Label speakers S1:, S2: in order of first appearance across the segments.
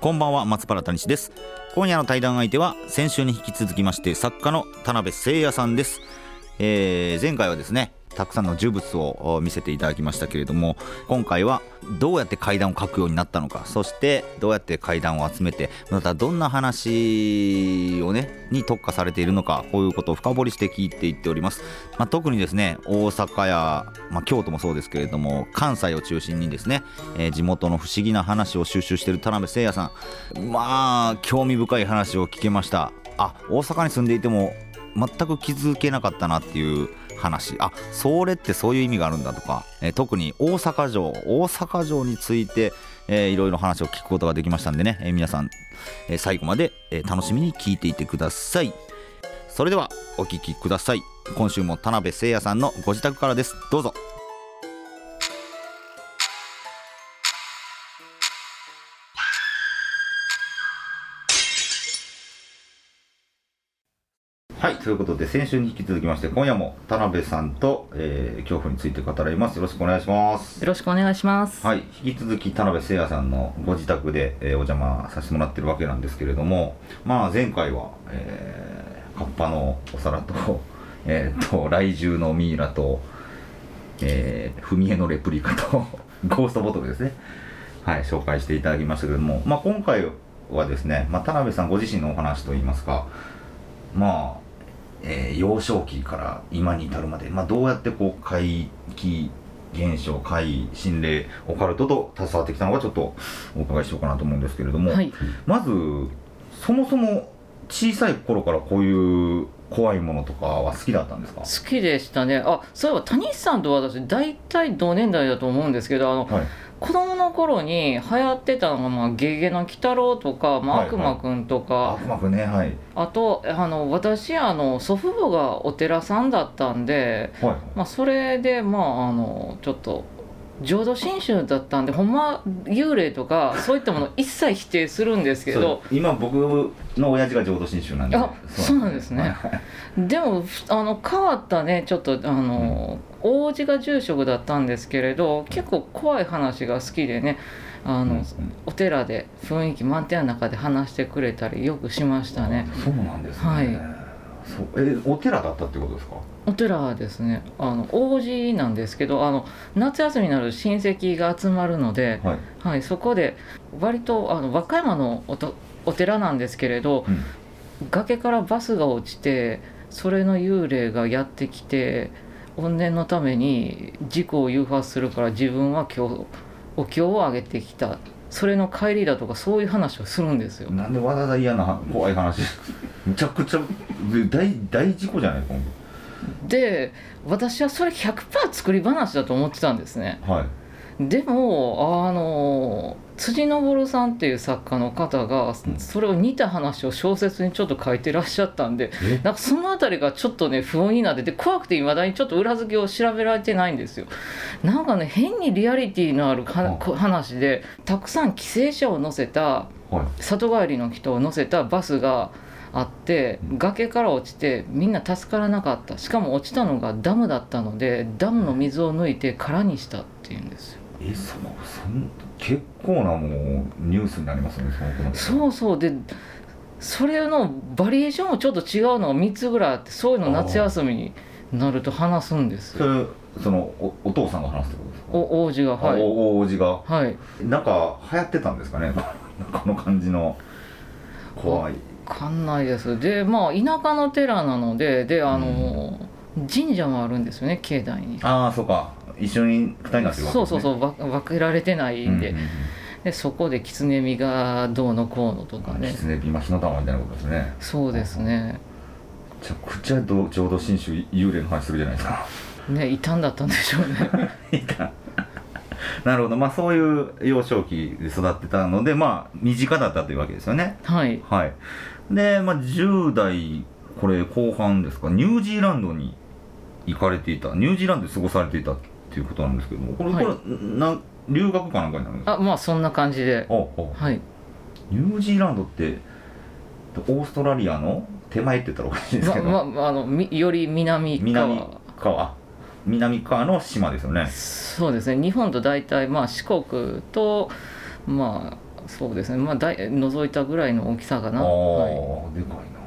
S1: こんばんは松原谷志です今夜の対談相手は先週に引き続きまして作家の田辺誠也さんです、えー前回はですねたくさんの呪物をお見せていただきましたけれども今回はどうやって怪談を書くようになったのかそしてどうやって怪談を集めてまたどんな話をねに特化されているのかこういうことを深掘りして聞いていっております、まあ、特にですね大阪や、まあ、京都もそうですけれども関西を中心にですね、えー地元の不思議な話を収集している田辺誠也さんまあ興味深い話を聞けましたあ大阪に住んでいても全く気づけなかったなっていう話あそれってそういう意味があるんだとか、えー特に大阪城大阪城について、えーいろいろ話を聞くことができましたんでね、えー皆さん、えー最後まで、えー楽しみに聞いていてくださいそれではお聞きください今週も田辺誠也さんのご自宅からですどうぞはいということで先週に引き続きまして今夜も田辺さんと、えー恐怖について語られますよろしくお願いします
S2: よろしくお願いします。
S1: はい、引き続き田辺誠也さんのご自宅で、えーお邪魔させてもらってるわけなんですけれども、まあ、前回は、えーカッパのお皿と, 、 えー、と来獣のミイラと、えー、踏み絵のレプリカと ゴーストボトルですね、はい、紹介していただきましたけれども、まあ、今回はですね、まあ、田辺さんご自身のお話といいますかまあえー幼少期から今に至るまで、まあ、どうやってこう怪奇現象怪異心霊オカルトと携わってきたのかちょっとお伺いしようかなと思うんですけれども、
S2: はい、
S1: まずそもそも小さい頃からこういう怖いものとかは好きだったんですか
S2: 好きでしたね。あ、そういえば谷さんと私大体同年代だと思うんですけど、あの
S1: はい
S2: 子供の頃に流行ってたのがまあゲゲの鬼太郎とか、まあ、
S1: はい
S2: 悪魔くんとか、
S1: あうまくねはい
S2: あとあの私あの祖父母がお寺さんだったんで、
S1: はい
S2: まあそれでまああのちょっと。浄土真宗だったんでほんま幽霊とかそういったもの一切否定するんですけ
S1: そ
S2: ど
S1: う今僕の親父が浄土真宗なんで
S2: あそうなんですね
S1: はい
S2: でもふあの変わったねちょっとあの、王子が住職だったんですけれど結構怖い話が好きでねあの、
S1: うん
S2: お寺で雰囲気満点の中で話してくれたりよくしましたね
S1: そうなんですね、
S2: はい
S1: そうえお寺だったってことですか
S2: お寺はですねあの王子なんですけどあの夏休みになると親戚が集まるので、
S1: はい、
S2: はい、そこで割とあの和歌山のおとお寺なんですけれど
S1: うん
S2: 崖からバスが落ちてそれの幽霊がやってきて怨念のために事故を誘発するから自分は今日お経をあげてきたそれの帰りだとかそういう話をするんですよ
S1: なんでわざわざ嫌な怖い話 むちゃくちゃで大大事故じゃないです
S2: で私はそれ100%作り話だと思ってたんですね
S1: かはい
S2: でもあの辻昇さんっていう作家の方が
S1: うん
S2: それを似た話を小説にちょっと書いてらっしゃったんで
S1: え
S2: なんかそのあたりがちょっとね不穏になってて怖くていまだにちょっと裏付けを調べられてないんですよなんかね変にリアリティのある
S1: う
S2: は
S1: ん
S2: こ話でたくさん帰省者を乗せた
S1: はい
S2: 里帰りの人を乗せたバスがあって
S1: うん
S2: 崖から落ちてみんな助からなかったしかも落ちたのがダムだったのでダムの水を抜いて空にしたっていうんですよ
S1: えそそん結構なもうニュースになりますねその子の
S2: そうそうでそれのバリエーションもちょっと違うのが3つぐらいあってそういうの夏休みになると話すんですよ
S1: それそのおお父さんが話すってことですか
S2: お王子がはい
S1: お王子が
S2: はい、
S1: なんか流行ってたんですかね この感じの怖い
S2: 館内ですでまあ田舎の寺なのでであの、神社もあるんですよね境内に
S1: ああそうか一緒に二人になってるわけです、ね、
S2: そうそうそううわ分けられてないんで,、
S1: んうんうん
S2: でそこで狐見がどうのこうのとかね
S1: 狐火ま火の玉みたいなことですね
S2: そうですね
S1: めちゃくちゃど浄土真宗幽霊の話するじゃないですか
S2: ね傷んだったんでしょうね
S1: なるほど、まあ、そういう幼少期で育ってたので、まあ、身近だったというわけですよね。
S2: はい
S1: はい、で、まあ、10代これ後半ですかニュージーランドに行かれていたニュージーランドで過ごされていたっていうことなんですけどもこれ,、
S2: はい
S1: これな留学かなんかになるんですか
S2: あまあそんな感じで
S1: ああ
S2: はい
S1: ニュージーランドってオーストラリアの手前って言ったらおかしいですけど、
S2: ままあのみより南
S1: 南
S2: 側
S1: 側南側の島ですよね
S2: そうですね日本と大体、まあ、四国とまあそうですねまあだい覗いたぐらいの大きさか
S1: あ
S2: な、
S1: あ、
S2: はい、
S1: でかいな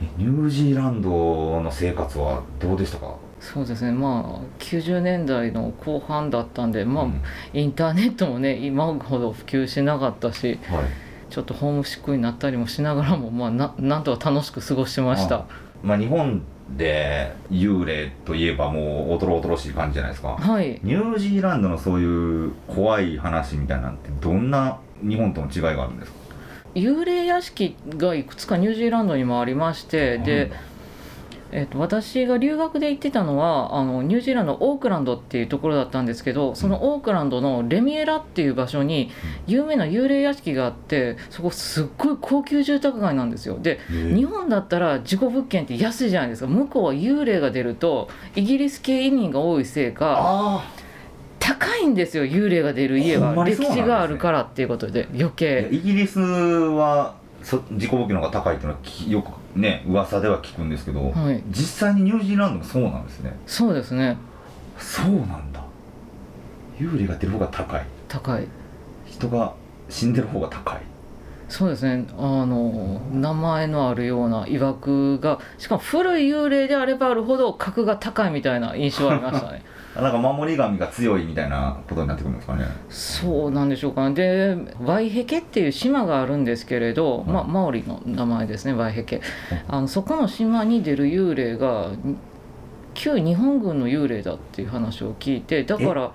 S1: えニュージーランドの生活はどうでしたか、
S2: そうですねまあ90年代の後半だったんでまあ、
S1: うん
S2: インターネットもね今ほど普及しなかったし
S1: はい、
S2: ちょっとホームシックになったりもしながらも、まあ、ななんとか楽しく過ごしてました
S1: まあ、日本で幽霊といえばもうおとろおとろしい感じじゃないですか
S2: はい
S1: ニュージーランドのそういう怖い話みたいなんてどんな日本との違いがあるんですか
S2: 幽霊屋敷がいくつかニュージーランドにもありましてで、えっと私が留学で行ってたのはあのニュージーランドオークランドっていうところだったんですけどそのオークランドのレミエラっていう場所に有名な幽霊屋敷があってそこすっごい高級住宅街なんですよで日
S1: 日
S2: 本だったら事故物件って安いじゃないですか向こうは幽霊が出るとイギリス系移民が多いせいか
S1: あ
S2: 高いんですよ幽霊が出る家は
S1: ほんまにそう
S2: 歴
S1: なんですね
S2: 史があるからっていうことで余
S1: あいや
S2: 計
S1: イギリスはそ自己募金の方が高いっていうのはきよくね噂では聞くんですけど、
S2: はい
S1: 実際にニュージーランドもそうなんですね
S2: そうですね
S1: そうなんだ幽霊が出る方が高い
S2: 高い
S1: 人が死んでる方が高い
S2: そうですねあの名前のあるような曰くがしかも古い幽霊であればあるほど格が高いみたいな印象はありましたね
S1: あなんか守り神が強いみたいなことになってくるんですかね
S2: そうなんでしょうかねでワイヘケっていう島があるんですけれど、まあ、マオリの名前ですねワイヘケあのそこの島に出る幽霊がに旧日本軍の幽霊だっていう話を聞いてだから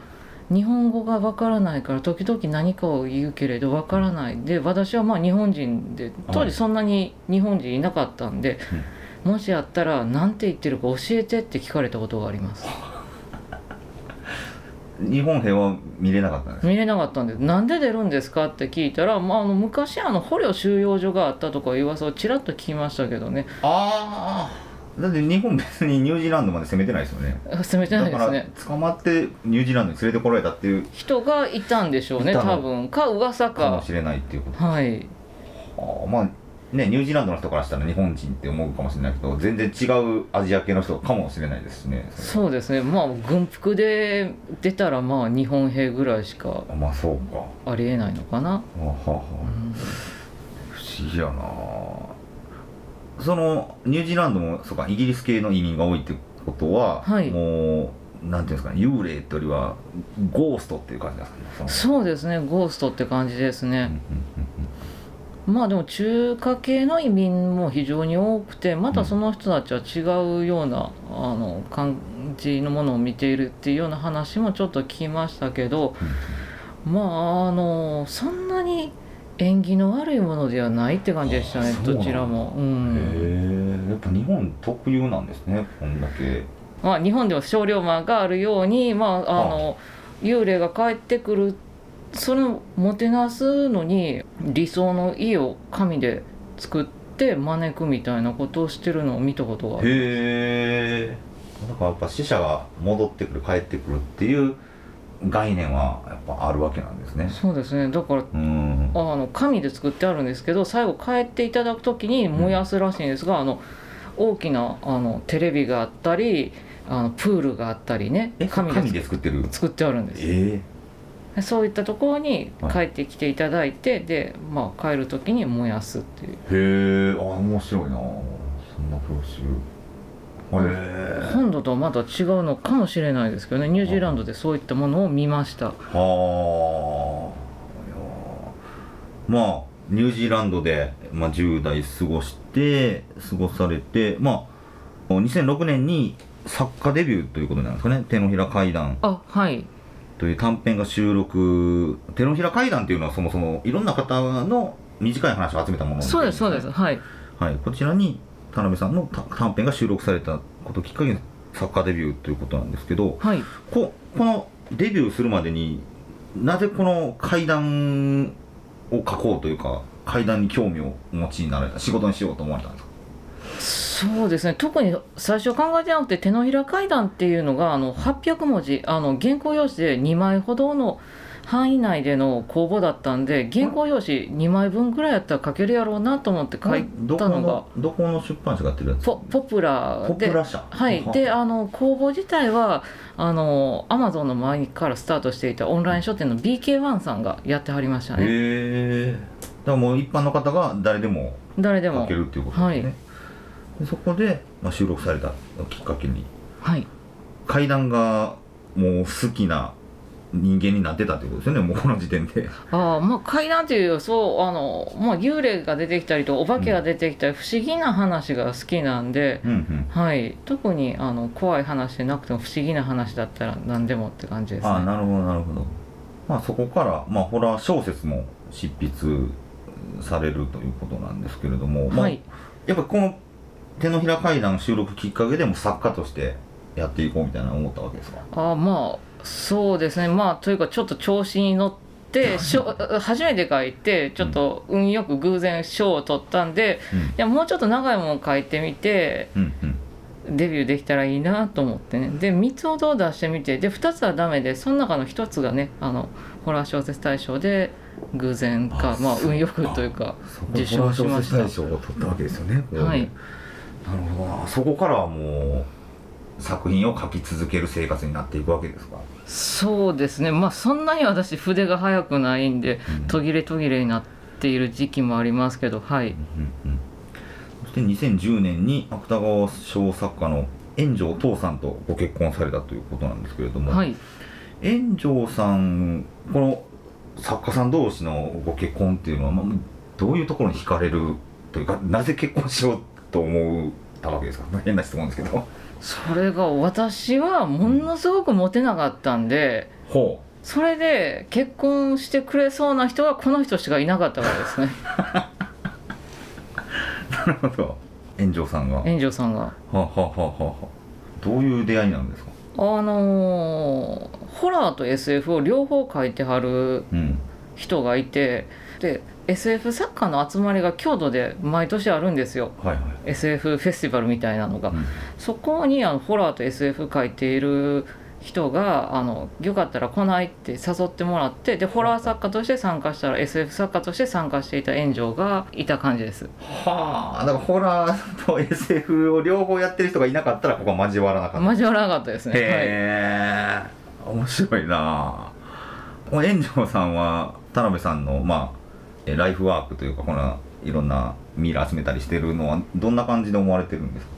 S2: 日本語がわからないから時々何かを言うけれどわからないで私はまあ日本人で当
S1: はい
S2: 時そんなに日本人いなかったんで、もしやったら何て言ってるか教えてって聞かれたことがあります
S1: 日本兵は見れなかったんですか
S2: 見れなかったんで「なんで出るんですか?」って聞いたら、まあ、あの昔あの捕虜収容所があったとかいう噂をちらっと聞きましたけどね
S1: ああだって日本別にニュージーランドまで攻めてないですよね
S2: 責めてない
S1: だ
S2: で
S1: か
S2: す
S1: ら
S2: ね
S1: 捕まってニュージーランドに連れてこられたっていう
S2: 人がいたんでしょうね
S1: いたの
S2: 多分か噂
S1: かも
S2: か
S1: しれないっていうこ
S2: はい
S1: とあーまあねニュージーランドの人からしたら日本人って思うかもしれないけど全然違うアジア系の人かもしれないですしねそ
S2: そうですねまあ軍服で出たらまあ日本兵ぐらいしか
S1: れまあそうか
S2: ありえないのかな、
S1: あはは
S2: うん
S1: 不思議やなそのニュージーランドもそうかイギリス系の移民が多いってことは、
S2: はい
S1: もうなんていうんですかね幽霊というよりはゴーストっていう感じなんですかね
S2: そうですねゴーストって感じです
S1: う
S2: ね、
S1: ん
S2: まあでも中華系の移民も非常に多くてまたその人たちは違うような、あの感じのものを見ているっていうような話もちょっと聞きましたけど、まああのそんなに縁起の悪いものではないって感じでした
S1: あ
S2: ね
S1: そうなんだ
S2: どちらも。う
S1: うん
S2: ん
S1: うんへえやっぱ日本特有なんですねこんだけ
S2: まあ、日本では少量魔があるように、まあ、あの幽霊が帰ってくるそれをもてなすのに理想の家を神で作って招くみたいなことをしてるのを見たことがある
S1: へえだからやっぱ死者が戻ってくる帰ってくるっていう概念はやっぱあるわけなんですね
S2: そうですねだから
S1: うん
S2: あの神で作ってあるんですけど最後帰っていただく時に燃やすらしいんですが、あの大きなあのテレビがあったりあのプールがあったりね
S1: え
S2: 神
S1: 神
S2: で
S1: で作ってる
S2: 作ってあるんです
S1: え
S2: そういったところに
S1: はい
S2: 帰ってきていただいて、で、まあ、帰る時に燃やすっていう
S1: えへえあ面白いなそんな風習へえ
S2: 本土とはまた違うのかもしれないですけどねニュージーランドでそういったものを見ました
S1: はあいやーまあニュージーランドで、まあ、10代過ごして過ごされてまあ2006年に作家デビューということなんですかね「手のひら階段
S2: あはい」
S1: という短編が収録手のひら階段っていうのはそもそもいろんな方の短い話を集めたもの
S2: そうですそうですはい
S1: はい、こちらに田辺さんのた短編が収録されたことをきっかけに作家デビューということなんですけど
S2: はい
S1: ここのデビューするまでになぜこの階段を書こうというか階段に興味をお持ちになられた仕事にしようと思われたんですか
S2: そうですね特に最初考えてなくて手のひら階段っていうのがあの800文字あの原稿用紙で2枚ほどの範囲内での公募だったんで原稿用紙2枚分ぐらいやったら書けるやろうなと思って書い
S1: どこ
S2: たのが
S1: のどこの出版社がやってるやつ
S2: ポポプラ
S1: ポ
S2: で
S1: プラ社
S2: はい、であの公募自体はあのアマゾンの前からスタートしていたオンライン書店の BK1 さんがやってはりました
S1: へ
S2: ね
S1: えだからもう一般の方が誰でも
S2: 誰で
S1: 書
S2: も
S1: けるっていうことですね、
S2: はい
S1: でそこで、まあ、収録されたきっかけに
S2: はい
S1: 階段がもう好きな人間になってたってことですよねもうこの時点で
S2: あーまあ怪談というそうあの、まあ、幽霊が出てきたりとお化けが出てきたり不思議な話が好きなんで、
S1: うんうん
S2: はい、特にあの怖い話でなくても不思議な話だったら何でもって感じですね
S1: ああなるほどなるほどまあそこから、まあ、ホラー小説も執筆されるということなんですけれども、まあ
S2: はい
S1: やっぱこの「手のひら階段」収録きっかけでも作家としてやっていこうみたいな思ったわけですか
S2: あーまあそうですねまあというかちょっと調子に乗って賞初めて書いてちょっと運よく偶然賞を取ったんでいやもうちょっと長いもの書いてみて
S1: うんうんうん
S2: デビューできたらいいなと思ってねで3つほど出してみてで2つはダメでその中の1つがねあのホラー小説大賞で偶然か
S3: あ
S2: まあ
S3: そうか
S2: 運よくというか
S1: そこ
S2: 受賞しました
S1: ホラー小説大賞を取ったわけですよねこれね
S2: はい
S1: なるほどなそこからはもう作品を書き続ける生活になっていくわけですか、
S2: そうですねまあそんなに私筆が速くないんで
S1: うん
S2: 途切れ途切れになっている時期もありますけどはい
S1: うんうんそして2010年に芥川賞作家の円城父さんとご結婚されたということなんですけれども、
S2: はい
S1: 円城さんこの作家さん同士のご結婚っていうのは、まあ、どういうところに惹かれるというかなぜ結婚しようと思ったわけですか 変な質問ですけど
S2: それが私はものすごくモテなかったんで
S1: ほ
S2: それで結婚してくれそうな人はこの人しかいなかったからですね
S1: うなる ほど円城さんがは
S2: 炎上さんが。
S1: あはあはあはあはあどういう出会いなんですか
S2: あのーホラーと SF を両方書いてはる
S1: うん
S2: 人がいてで SF 作家の集まりが京都で毎年あるんですよ
S1: はいはい
S2: SF フェスティバルみたいなのが、
S1: うん
S2: そこにあのホラーと SF 書いている人があのよかったら来ないって誘ってもらってでホラー作家として参加したら SF 作家として参加していた炎上がいた感じです
S1: はあだからホラーと SF を両方やってる人がいなかったらここは交わらなかった
S2: 交わらなかったですね、はい
S1: へえ、面白いなあもう炎上さんは田辺さんのまあえライフワークというかこのいろんなミイラ集めたりしてるのはどんな感じで思われてるんですか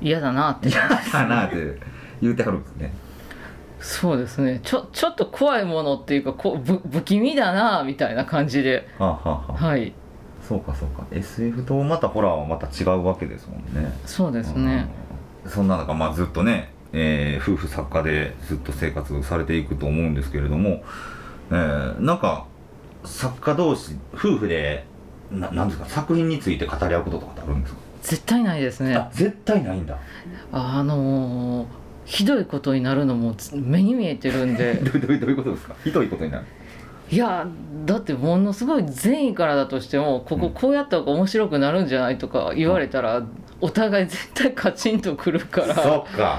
S2: 嫌だなって
S1: かなって言うてはるんですね
S2: そうですねちょちょっと怖いものっていうかこうぶ不気味だなみたいな感じで
S1: はあ、はあはあ、
S2: はい
S1: そうかそうか SF とまたホラーはまた違うわけですもんね
S2: そうですね
S1: うんそんな中、まあ、ずっとね、えー夫婦作家でずっと生活されていくと思うんですけれども、えーなんか作家同士夫婦でななんですか作品について語り合うこととかってあるんですか、
S2: 絶対ないですね
S1: あ絶対ないんだ
S2: あのーひどいことになるのもつ目に見えてるんで
S1: どうどうどういうことですかひどいことになる
S2: いやだってものすごい善意からだとしてもこここうやった方が面白くなるんじゃないとか言われたらお互い絶対カチンとくるか ら
S1: そっか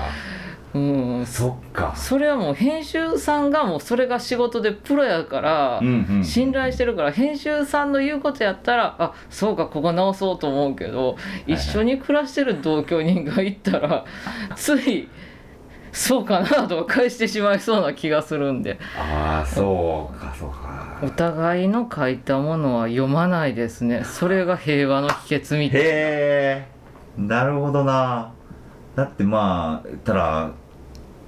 S2: うん
S1: そっか
S2: それはもう編集さんがもうそれが仕事でプロやから、
S1: うんうん
S2: 信頼してるから編集さんの言うことやったらあそうかここ直そうと思うけど
S1: いはい
S2: 一緒に暮らしてる同居人がいたらついそうかなとか返してしまいそうな気がするんで
S1: ああそうかそうか
S2: お互いの書いたものは読まないですねそれが平和の秘訣みたいな
S1: へえなるほどなだってまあただ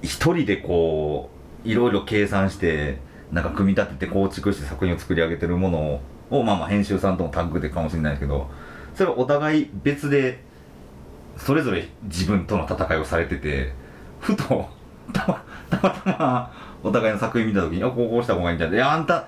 S1: 一人でこういろいろ計算してなんか組み立てて構築して作品を作り上げてるものをまあまあ編集さんともタッグでかもしれないですけどそれはお互い別でそれぞれ自分との戦いをされててふとたまたまたまお互いの作品見た時に「あこうこうした方がいいんじゃない」いやあんた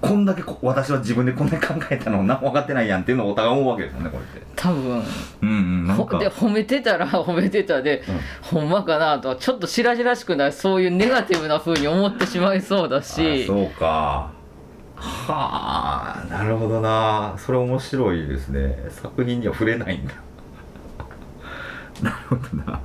S1: こんだけこ私は自分でこんなに考えたのな分かってないやんっていうのをお互い思うわけですよねこれって
S2: 多分
S1: うんうんなん
S2: ほ
S1: か
S2: で褒めてたら 褒めてたで、ほんまかなとはちょっと白々しくないそういうネガティブな風に思ってしまいそうだ
S1: あ
S2: し
S1: そうかはあなるほどなそれ面白いですね作品には触れないんだ なるほどな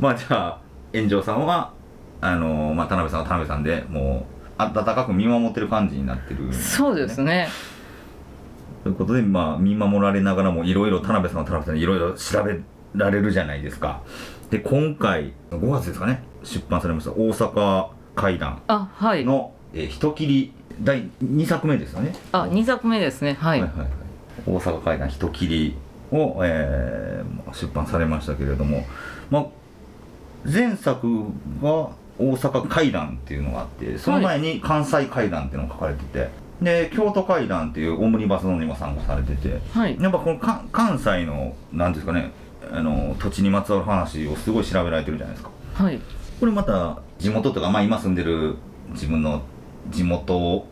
S1: まあじゃあ炎上さんはあのまあ、田辺さんは田辺さんでもう温かく見守ってる感じになってる
S2: そうですね
S1: ということで、まあ、見守られながらもいろいろ田辺さんは田辺さんでいろいろ調べられるじゃないですかで今回5月ですかね出版されました大阪怪談
S2: あはい
S1: の「えー、人切り」第2作目ですよね
S2: あ2作目ですねはい、
S1: はいはいはい大阪怪談「人切りを」えー出版されましたけれども、まあ、前作が大阪怪談っていうのがあってその前に関西怪談っていうのが書かれてて、で京都怪談っていうオムニバスのにも参加されてて
S2: はい、
S1: やっぱこのか関西のなんていうんですかねあの土地にまつわる話をすごい調べられてるじゃないですか
S2: はい、
S1: これまた地元とか、まあ、今住んでる自分の地元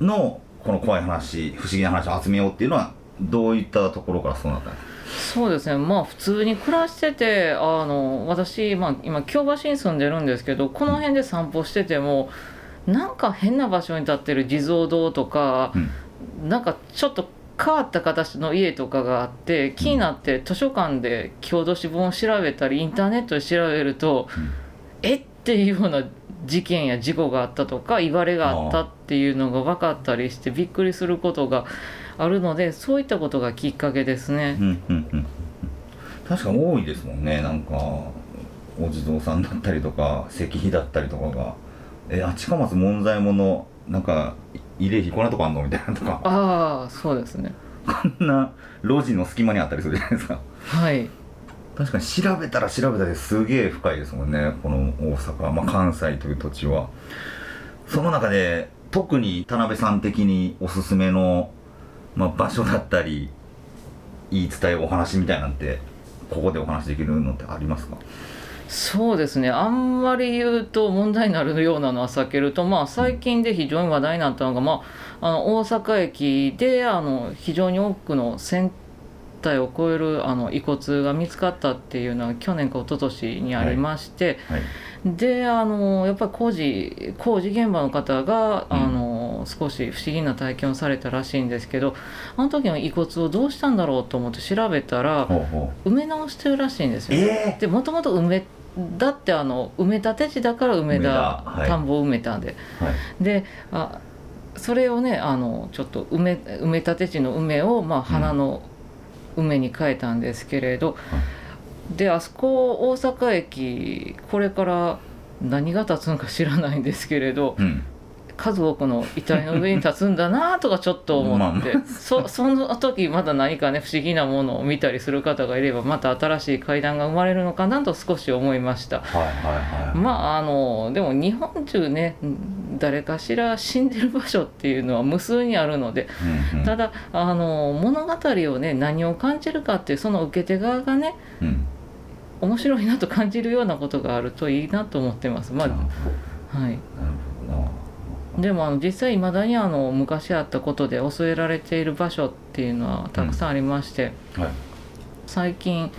S1: のこの怖い話不思議な話を集めようっていうのはどういったところからそうなったんですか
S2: そうですねまあ普通に暮らしててあの私、まあ、今京橋に住んでるんですけどこの辺で散歩しててもなんか変な場所に立ってる地蔵堂とか、なんかちょっと変わった形の家とかがあって気になって図書館で郷土史本を調べたりインターネットで調べると、
S1: うん
S2: えっていうような事件や事故があったとかいわれがあったっていうのが分かったりしてびっくりすることがあるのでそういったことがきっかけですね。
S1: うんうんうん確かに多いですもんねなんかお地蔵さんだったりとか石碑だったりとかが「えあ近松門左衛門のなんか慰霊碑こんなとこあんの?」みたいなとか
S2: ああそうですね
S1: こんな路地の隙間にあったりするじゃないですか
S2: はい
S1: 確かに調べたら調べたですげえ深いですもんねこの大阪、まあ、関西という土地はその中で特に田辺さん的におすすめの、まあ、場所だったり言い伝えお話みたいなんてここでお話できるのってありますか
S2: そうですねあんまり言うと問題になるようなのは避けると、まあ、最近で非常に話題になったのが、まあ、あの大阪駅であの非常に多くの船体を超えるあの遺骨が見つかったっていうのは去年か一昨年にありまして、
S1: はい
S2: であのやっぱり工事工事現場の方
S1: うん
S2: が、あの少し不思議な体験をされたらしいんですけどあの時の遺骨をどうしたんだろうと思って調べたら、
S1: ほうほ
S2: 埋め直してるらしいんです
S1: う
S2: よ。
S1: え
S2: でもともと埋めだってあの埋め立て地だから梅
S1: 梅田
S2: 田
S1: はい
S2: 田んぼを埋めたんで、
S1: えはい
S2: であそれをねあのちょっと埋め埋め立て地の梅を、まあ、花の梅に変えたんですけれど、であそこ大阪駅これから何が立つのか知らないんですけれど
S1: うん
S2: 数多くの遺体の上に立つんだなとかちょっと思って、
S1: ま
S2: そその時まだ何かね不思議なものを見たりする方がいればまた新しい階段が生まれるのかなと少し思いました
S1: はいはいはい
S2: まああのでも日本中ねうん誰かしら死んでる場所っていうのは無数にあるので
S1: うんうん
S2: ただあの物語をね何を感じるかっていうその受け手側がね
S1: うん
S2: 面白いなと感じるようなことがあるといいなと思ってます。ま
S1: なるほ
S2: あはい
S1: どなるほどな
S2: でもあの実際いまだにあの昔あったことで恐れられている場所っていうのはたくさんありまして、
S1: はい
S2: 最近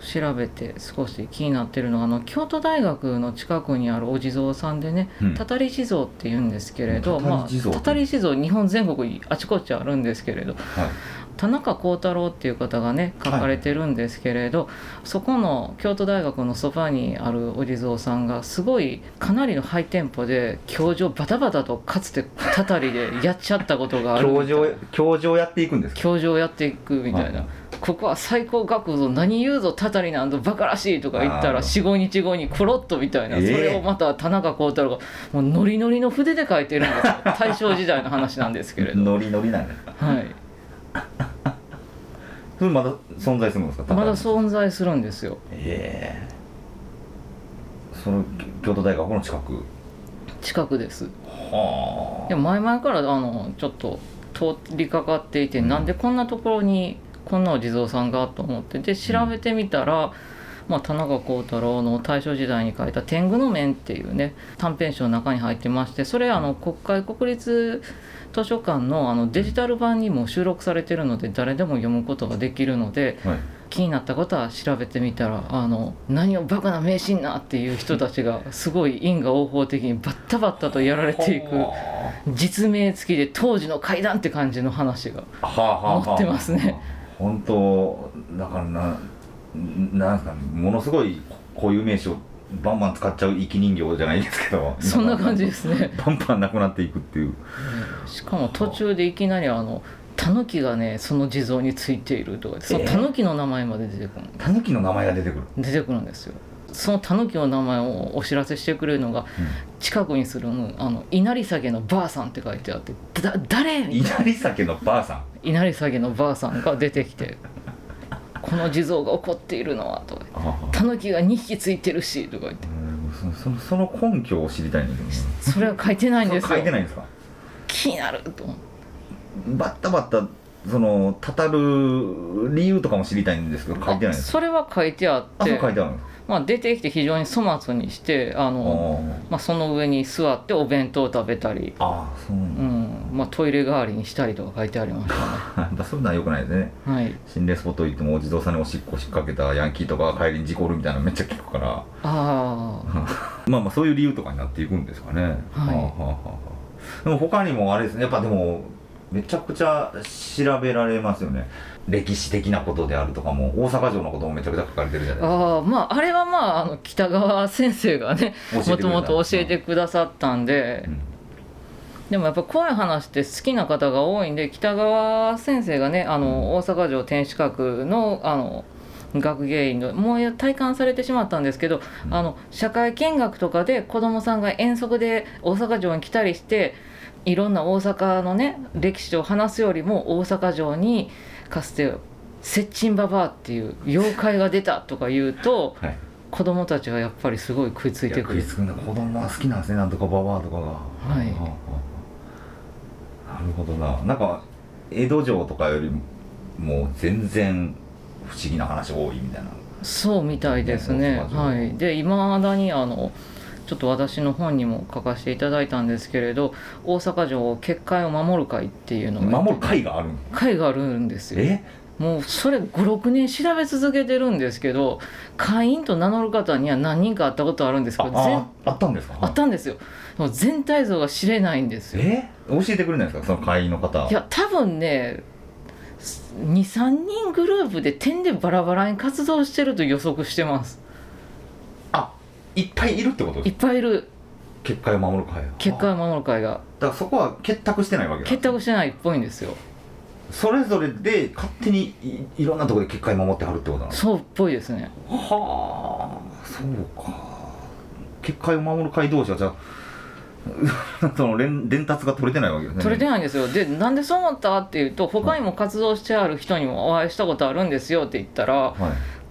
S2: 調べて少し気になってるのがあの京都大学の近くにあるお地蔵さんでね、
S1: うん
S2: たたり地蔵っていうんですけれど、
S1: うん
S2: ま
S1: たたり地蔵
S2: あ、たたり地蔵日本全国にあちこちあるんですけれど
S1: はい
S2: 田中幸太郎っていう方がね書かれてるんですけれど、そこの京都大学のそばにあるお地蔵さんがすごいかなりのハイテンポで教場バタバタとかつてたたりでやっちゃったことがあるみた
S1: 教
S2: い
S1: 場教場やっていくんですか
S2: 教場やっていくみたいな、
S1: は
S2: ここは最高学像何言うぞたたりなんぞバカらしいとか言った
S1: あ
S2: ら
S1: ー
S2: 45日後にコロッとみたいな、
S1: ええ
S2: それをまた田中幸太郎がもうノリノリの筆で書いてるん ですよ大正時代の話なんですけれど、
S1: ノリノリなんですか
S2: はい、
S1: それまだ存在するんですか
S2: まだ
S1: う
S2: 存在するんですよ
S1: ええその京都大学の近く
S2: 近くです
S1: は
S2: でも前々からあのちょっと通りかかっていて、
S1: うん
S2: なんでこんなところにこんなお地蔵さんがと思ってで調べてみたら、まあ、田中幸太郎の大正時代に書いた「天狗の面」っていうね短編集の中に入ってましてそれあの国会国立図書館のあのデジタル版にも収録されてるので誰でも読むことができるので
S1: はい、
S2: 気になったことは調べてみたらあの何をバカな迷信なっていう人たちがすごい因果応報的にバッタバッタとやられていく
S1: は
S2: 実名付きで当時の怪談って感じの話が
S1: あはあはあ
S2: 載ってますね
S1: 本当だからななんすかねものすごいこういう名詞をバンバン使っちゃう生き人形じゃないですけど
S2: そんな感じですね。
S1: バンバンなくなっていくっていう
S2: しかも途中でいきなりあのタヌキがねその地蔵についているとかそのタヌキの名前まで出てくる
S1: タヌキの名前が出てくる
S2: 出てくるんですよそのタヌキの名前をお知らせしてくれるのが近くにするのあの稲荷酒のばあさんって書いてあってだ誰
S1: 稲荷酒のばあさん
S2: 稲荷酒のばあさんが出てきてこの地蔵が怒っているのはとかタヌキが2匹ついてるしとか言って
S1: うんそそその根拠を知りたいんだけど
S2: それは書いてないんです
S1: それ書
S2: よ
S1: いてないんですか
S2: 気になると思って
S1: バッタバッタそのたたる理由とかも知りたいんですけど書いてないんですか
S2: それは書いてあっ
S1: あそう
S2: て
S1: 書いてあるんです
S2: まあ、出てきて非常に粗末にしてあ
S1: あ
S2: の、
S1: ー
S2: まあ、その上に座ってお弁当を食べたり、
S1: あーそうなん
S2: う
S1: だ、
S2: んまあ、トイレ代わりにしたりとか書いてありま したね。
S1: やっぱそういうのは良くないですね
S2: はい、
S1: 心霊スポット行ってもお地蔵さんにおしっこ引っ掛けたヤンキーとかが帰りに事故るみたいなのめっちゃ聞くから
S2: ああ
S1: まあまあそういう理由とかになっていくんですかねはいあはあはあはあでも他にもあれですねやっぱでもめちゃくちゃ調べられますよね歴史的なことであるとかも大阪城のこともめちゃくちゃ書かれてるじゃないで
S2: ああまああれはまああの北川先生がね
S1: すか
S2: もともと教えて
S1: く
S2: くださったんで
S1: れ、る
S2: でもやっぱ怖い話って好きな方が多いんで北川先生がねあの大阪城天守閣のあの学芸員のもう体感されてしまったんですけど、
S1: うん
S2: あの社会見学とかで子どもさんが遠足で大阪城に来たりしていろんな大阪のね歴史を話すよりも大阪城にかつて「接近ババア」っていう妖怪が出たとか言うと
S1: うんはい
S2: 子どもたちはやっぱりすごい食いつい
S1: いや
S2: てく
S1: 食い
S2: る。
S1: つくんだ子供は好きなんですねなんとかババアとかがあ
S2: い
S1: あああなるほどななんか江戸城とかよりも全然不思議な話多いみたいな
S2: そうみたいです
S1: ね
S2: ね。
S1: そうそう
S2: はい。で、いまだにあの。ちょっと私の本にも書かせていただいたんですけれど大阪城結界を守る会っていうのが
S1: 守る会があるん
S2: 会があるんですよ
S1: え
S2: もうそれ56年調べ続けてるんですけど会員と名乗る方には何人か会ったことあるんですけ
S1: あ
S2: ど全
S1: ああったんですか
S2: あったんですよでも全体像が知れないんですよ
S1: え教えてくれないですかその会員の方
S2: いや多分ね23人グループで点でバラバラに活動してると予測してます
S1: あいっぱいいるってこと
S2: い
S1: で
S2: っ
S1: すか
S2: ぱいいる
S1: 結界を守る会
S2: 結
S1: あ
S2: 界を守る会が
S1: だからそこは結託してないわけだ
S2: 結託してないっぽいんですよ
S1: それぞれで勝手にいいろんなところで結界守ってはるってことなんですか
S2: そうっぽいですね
S1: はあそうか結界を守る会同士はじゃ あその連伝達が取れてないわけですね
S2: 取れてないんですよでなんでそう思ったっていうと他にも活動してある人にもお会いしたことあるんですよって言ったら
S1: はい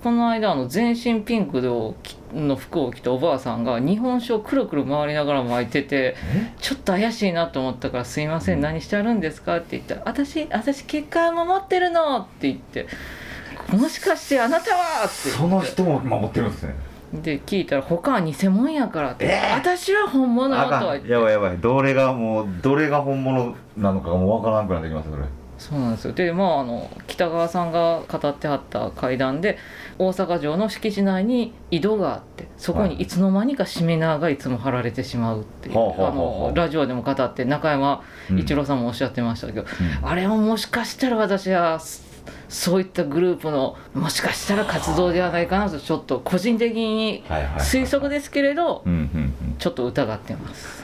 S2: この間あの全身ピンクの着の服を着たおばあさんが日本酒をくるくる回りながら巻いてて
S1: え
S2: ちょっと怪しいなと思ったから「すいません何してあるんですか?」って言ったら「私私結界守ってるの!」って言って「もしかしてあなたは!」って言って
S1: その人も守ってるんですね
S2: で聞いたら「他は偽物やから」って「
S1: えー
S2: 私は本物よ」
S1: あ
S2: と
S1: か
S2: は言っ
S1: ん
S2: て
S1: やばいやばいどれがもうどれが本物なのかがもうわからなくなってきますそれ
S2: そうなんですよでまああの北川さんが語ってはった階段で大阪城の敷地内に井戸があってそこ
S1: はい
S2: にいつの間にかシメナーがいつも張られてしまうっていう、
S1: ほうほうほうほう
S2: あのラジオでも語って中山
S1: うん
S2: 一郎さんもおっしゃってましたけど、
S1: うん
S2: あれももしかしたら私はそそういったグループのもしかしたら活動ではないかなとちょっと個人的に
S1: はいはいはい
S2: 推測ですけれど
S1: うんうんうん
S2: ちょっと疑ってます。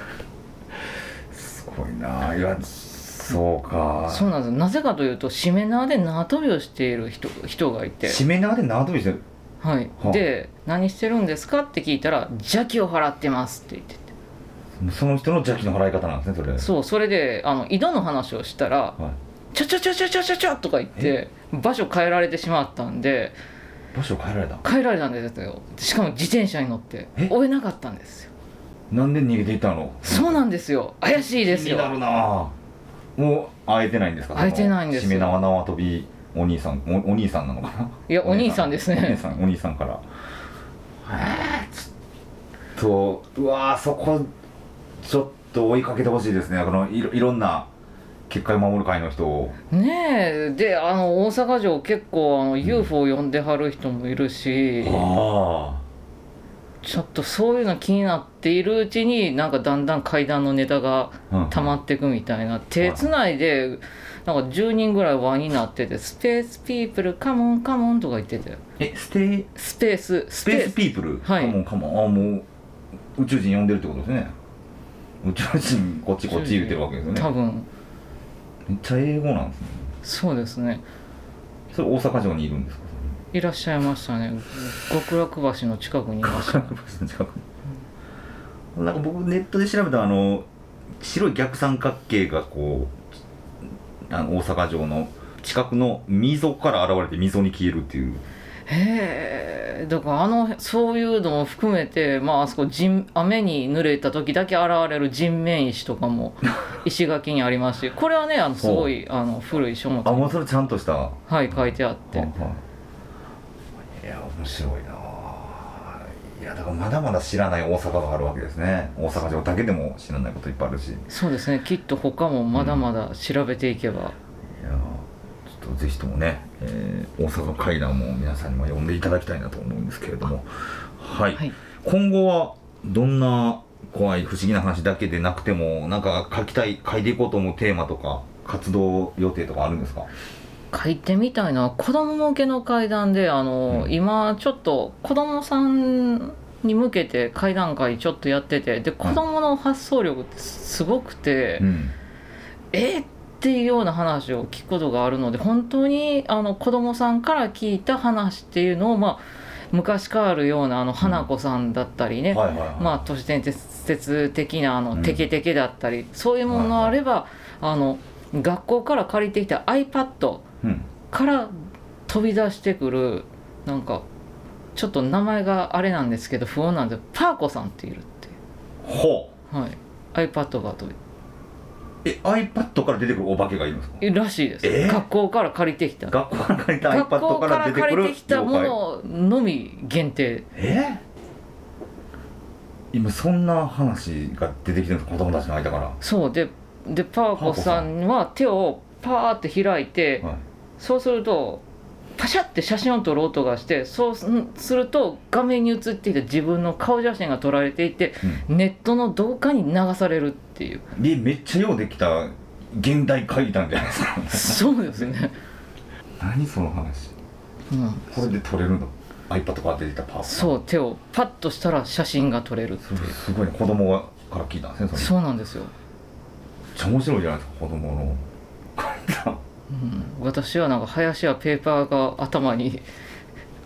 S1: すごいないやそうか
S2: そうなんですなぜかというとしめ縄で縄跳びをしている人人がいて
S1: 締め縄で縄跳びしてる
S2: はい
S1: はあ、
S2: で「何してるんですか?」って聞いたら「邪気を払ってます」って言ってて
S1: その人の邪気の払い方なんですねそれ
S2: そうそれであの井戸の話をしたら
S1: はい
S2: 「ちょちょちょちょちょちょちょ」とか言って場所変えられてしまったんで
S1: 場所変えられた
S2: 変えられたんですよしかも自転車に乗って
S1: え
S2: 追えなかったんですよ
S1: なんで逃げていったの
S2: そうなんですよ怪しいですよ
S1: 気になるなもう会えてないんですか
S2: 会えてないんですよ
S1: しめ縄縄跳びお兄さんおお兄さんなのかない
S2: いやお兄さんです
S1: お姉
S2: ね
S1: さんお兄さんからえーちょっとうわーそこちょっと追いかけてほしいですねこのいろいろんな結界守る会の人を
S2: ねえであの大阪城結構あの UFO 呼んではる人もいるし、
S1: あ
S2: ちょっとそういうの気になっているうちになんかだんだん階段のネタが
S1: あ、うん、
S2: 溜まっていくみたいな手つないでなんか10人ぐらい輪になってて「スペースピープルカモンカモン」とか言ってて
S1: えステイ
S2: スペースス
S1: スペースピープル
S2: はい
S1: カモンカモンあもう宇宙人呼んでるってことですね宇宙人こっちこっち言ってるわけですよ
S2: 多
S1: ね
S2: 分
S1: めっちゃ英語なんですね
S2: そうですね
S1: それ大阪城にいるんですか
S2: いらっしゃいましたね極楽橋の近くにいましたね
S1: 近くになんか僕ネットで調べたあの白い逆三角形がこうあの大阪城の近くの溝から現れて溝に消えるっていう
S2: へえだからあのそういうのも含めて、まあ、あそこ人雨に濡れた時だけ現れる人面石とか も石垣にありますしこれはねあのすごいあの古い書物
S1: あも
S2: に
S1: うそれちゃんとしたは
S2: はい書いてあっ
S1: い
S2: て
S1: はいいや面白いなあいやだからまだまだ知らない大阪があるわけですね大阪城だけでも知らないこといっぱいあるしい
S2: そうですねきっと他もまだまだ調べていけば、
S1: やちょっとぜひともね、えー大阪の階段も皆さんにも読んでいただきたいなと思うんですけれどもはい
S2: はい
S1: 今後はどんな怖い不思議な話だけでなくてもなんか書きたい書いていこうと思うテーマとか活動予定とかあるんですか
S2: 書いてみたいのは子供向けの階段であの、
S1: うん
S2: 今ちょっと子供さんに向けて階段階ちょっとやっててで子供の発想力ってすごくて、
S1: ん
S2: えーっていうような話を聞くことがあるので本当にあの子供さんから聞いた話っていうのを、まあ、昔からあるようなあの花子さんだったりね、
S1: はいはいはい
S2: まあ、都市伝説的なあ
S1: う
S2: の
S1: ん
S2: テケテケだったり、そういうものがあれば、あの学校から借りてきた iPad
S1: うん
S2: から飛び出してくるなんかちょっと名前があれなんですけど不穏なんでパーコさんっているってい
S1: ほう
S2: う、はい、iPad が飛び
S1: え iPad から出てくるお化けがいるんですから
S2: しいです、
S1: えー
S2: 学校から借りてきた
S1: 学校から借りた
S2: 学
S1: iPad
S2: 校
S1: か
S2: からら
S1: 出てく
S2: 借
S1: る
S2: りてきたも
S1: 妖怪
S2: ののみ限定
S1: え今そんな話が出てきてるんです子供たちの間から、は
S2: そうででパーコさんは手をパーって開いて
S1: い、
S2: そうするとパシャって写真を撮る音がしてそうすすると画面に映っていた自分の顔写真が撮られていてネットのどうかに流されるっていう
S1: うんでめっちゃようできた現代階段じゃないですか
S2: そうですね、
S1: 何その話
S2: うん、
S1: これで撮れるの iPad から出てきたパーツ
S2: そう手をパッとしたら写真が撮れるっ
S1: そ
S2: てい
S1: れ
S2: う
S1: すごいね子供がから聞いたんですねそれ
S2: そうなんですよ、
S1: めっちゃ面白いじゃないですか子供の階
S2: うん、私はなんか林やペーパーが頭に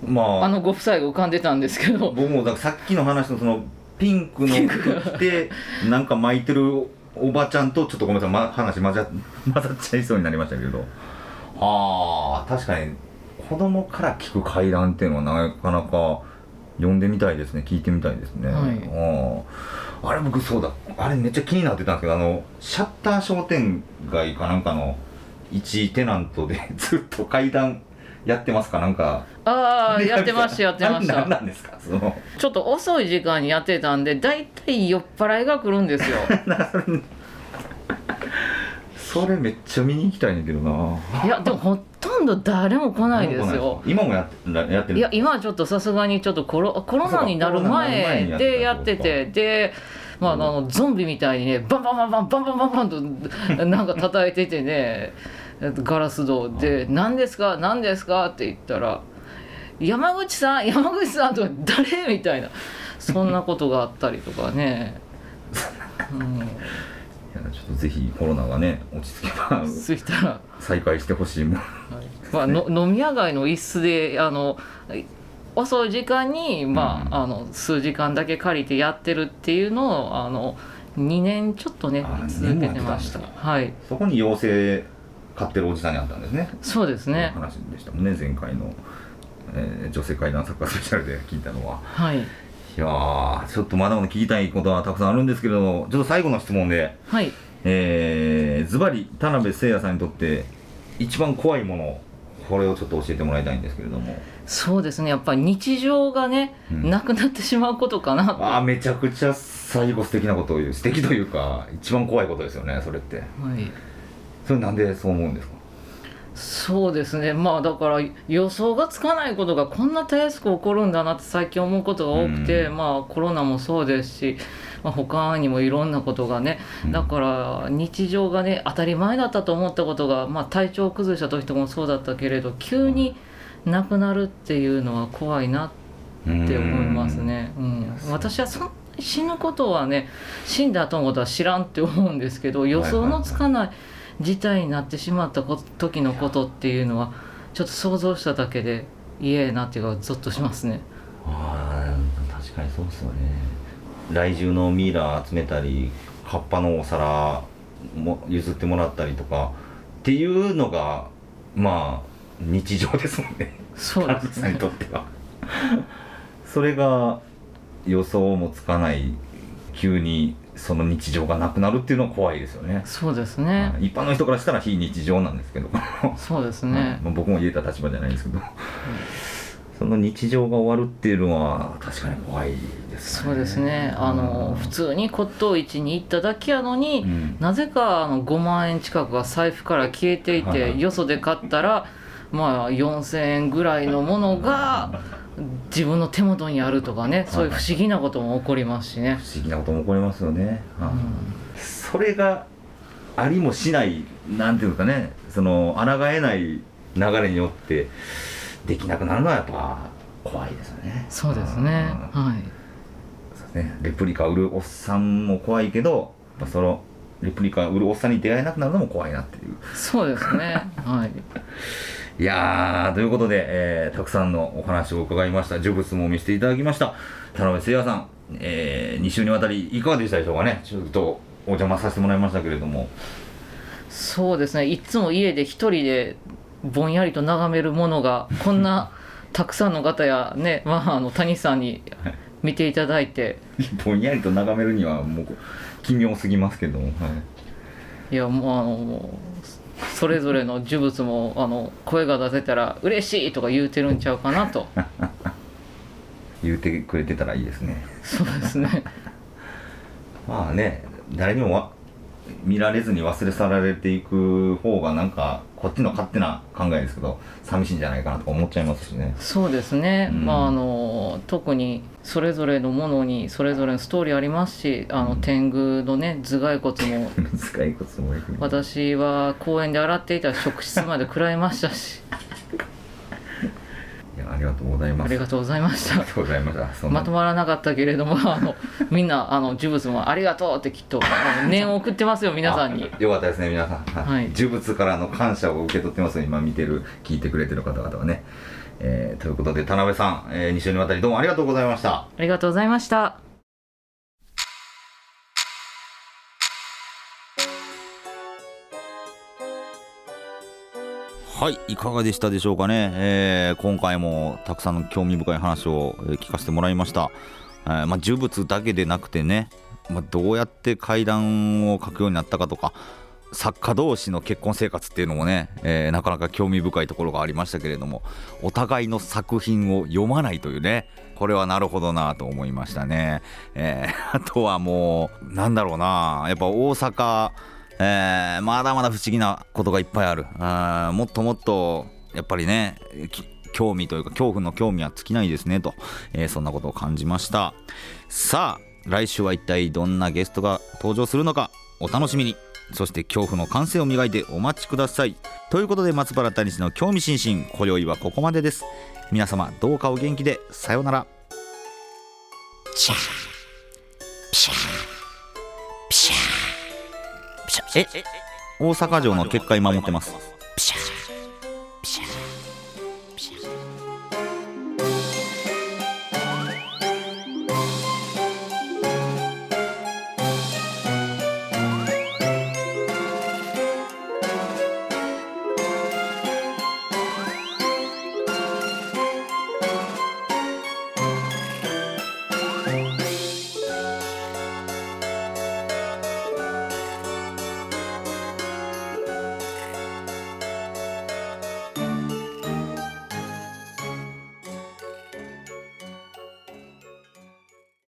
S1: 段まあ
S2: あのご夫妻が浮かんでたんですけど
S1: 僕もだからさっきの話のそのピンクの服着てなんか巻いてるおばちゃんとちょっとごめんなさい、ま、話混ざ混ざっちゃ いそうになりましたけどあー確かに子供から聞く階段っていうのはなかなか読んでみたいですね聞いてみたいですね、あーあれ僕そうだあれめっちゃ気になってたんですけどあのシャッター商店街かなんかの一テナントで ずっと階段やってますかなんか
S2: ああやってましたやってまし
S1: 何
S2: た
S1: なんですかその
S2: ちょっと遅い時間にやってたんで大体酔っ払いが来るんですよ
S1: それめっちゃ見に行きたいんだけどない
S2: やでもほとんど誰も来ないですよ
S1: 今もやってなやってる
S2: いや今はちょっとさすがにちょっとコロコロナになる前でやっててで、まあ、あのゾンビみたいにねバンバンバンバンバンバンバンバンと なんか叩いててねガラス戸で「何ですか何ですか?」って言ったら「山口さん 山口さん」とか「誰?」みたいなそんなことがあったりとかね。うん
S1: いやちょっとぜひコロナがね落ち着けば
S2: そしたら、
S1: 再開してほしいもん
S2: まあ、の飲み屋街の一室であの遅い時間に、まああの数時間だけ借りてやってるっていうのをあの2年ちょっとね
S1: あ
S2: 続けてました
S1: 二年もやってたんだ
S2: はい
S1: そこに妖精買ってるおじさんにあったんですね
S2: そうですね
S1: 話でしたもんね前回の、えー女性怪談作家スペシャルで聞いたのは
S2: はい
S1: いやーちょっとまだまだ聞きたいことはたくさんあるんですけれどもちょっと最後の質問で
S2: はい
S1: えーズバリ田辺誠也さんにとって一番怖いものこれをちょっと教えてもらいたいんですけれども
S2: そうですねやっぱり日常がね、
S1: うん
S2: なくなってしまうことかな
S1: ああめちゃくちゃ最後素敵なことを言う素敵というか一番怖いことですよねそれって
S2: はい、
S1: それなんでそう思うんですか
S2: そうですねまあだから予想がつかないことがこんなたやすく起こるんだなって最近思うことが多くて、
S1: うん
S2: まあコロナもそうですし、まあ、他にもいろんなことがねだから日常がね当たり前だったと思ったことが、まあ、体調を崩した時ともそうだったけれど急になくなるっていうのは怖いな
S1: っ
S2: って思いますね、うん
S1: そう
S2: 私はそんなに死ぬことはね死んだ後のことは知らんって思うんですけど予想のつかない事態になってしまったこ時のことっていうのはちょっと想像しただけで嫌やなっていうかゾッとしますね
S1: ああ確かにそうですよね来住のミイラ集めたり葉っぱのお皿も譲ってもらったりとかっていうのがまあ日常ですもんね
S2: そう
S1: 田
S2: で
S1: 中
S2: す
S1: さんに
S2: ね
S1: とってはそれが予想もつかない急にその日常がなくなるっていうのは怖いですよね
S2: そうですね、
S1: はい一般の人からしたら非日常なんですけど、
S2: そうです
S1: ま
S2: ね、
S1: あ僕も言えた立場じゃないんですけど、その日常が終わるっていうのは確かに怖いですね
S2: そうですねあの普通に骨董市に行っただけやのに、
S1: うん
S2: なぜかあの5万円近くが財布から消えてい
S1: はいは
S2: て
S1: い
S2: よそで買ったらまあ4,000円ぐらいのものが自分の手元にあるとかねそういう不思議なことも起こりますしね。
S1: 不思議なことも起こりますよね、
S2: う
S1: はい
S2: ん
S1: それがありもしないなんていうんですかねその抗えない流れによってできなくなるのはやっぱ怖いですよね
S2: そうですね、
S1: うん
S2: はい、
S1: そうですねレプリカ売るおっさんも怖いけどやっぱそのレプリカ売るおっさんに出会えなくなるのも怖いなっていう
S2: そうですね、はい、
S1: いやーということで、えーたくさんのお話を伺いました呪物も見せていただきました田辺誠也さん、え2週にわたりいかがでしたでしょうかねちょっとお邪魔させてもらいましたけれども
S2: そうですねいつも家で一人でぼんやりと眺めるものがこんなたくさんの方やね、まあ、あの谷さんに見ていただいて
S1: ぼんやりと眺めるにはもう奇妙すぎますけども、はい
S2: いやもうあのもうそれぞれの呪物もあの声が出せたら嬉しいとか言うてるんちゃうかな と
S1: 言うてくれてたらいいですね
S2: そうですね
S1: まあね誰にもわ見られずに忘れ去られていく方がなんかこっちの勝手な考えですけど寂しいんじゃないかなとか思っちゃいますしね
S2: そうですね、
S1: うん
S2: まああの特にそれぞれのものにそれぞれのストーリーありますしあの天狗のね頭蓋骨も
S1: 使い骨もいく
S2: 私は公園で洗っていた職質まで食らいました し
S1: いやありがとうございま
S2: あ
S1: す
S2: りがとうございまし
S1: あり
S2: た
S1: がとうございましたそんな
S2: まとまらなかったけれどもあのみんなあの呪物もありがとうってきっとあの念を送ってますよ皆さんに
S1: あよかったですね皆さん、
S2: はい
S1: 呪物からの感謝を受け取ってますよ今見てる聞いてくれてる方々はね、えーということで田辺さん、え2週にわたりどうもありがとうございました
S2: ありがとうございました
S1: はい、いかがでしたでしょうかね、えー今回もたくさんの興味深い話をえー聞かせてもらいました、えーまあ、呪物だけでなくてね、まあ、どうやって階段を書くようになったかとか作家同士の結婚生活っていうのもね、えーなかなか興味深いところがありましたけれどもお互いの作品を読まないというねこれはなるほどなと思いましたね、えーあとはもうなんだろうなやっぱ大阪えーまだまだ不思議なことがいっぱいあるあーもっともっとやっぱりねき興味というか恐怖の興味は尽きないですねと、えーそんなことを感じましたさあ来週は一体どんなゲストが登場するのかお楽しみにそして恐怖の感性を磨いてお待ちくださいということで松原谷氏の興味津々今宵はここまでです皆様どうかお元気でさようなら
S4: ピシャーピシャーピシャーピシャーえ
S1: 大阪城の結界守ってます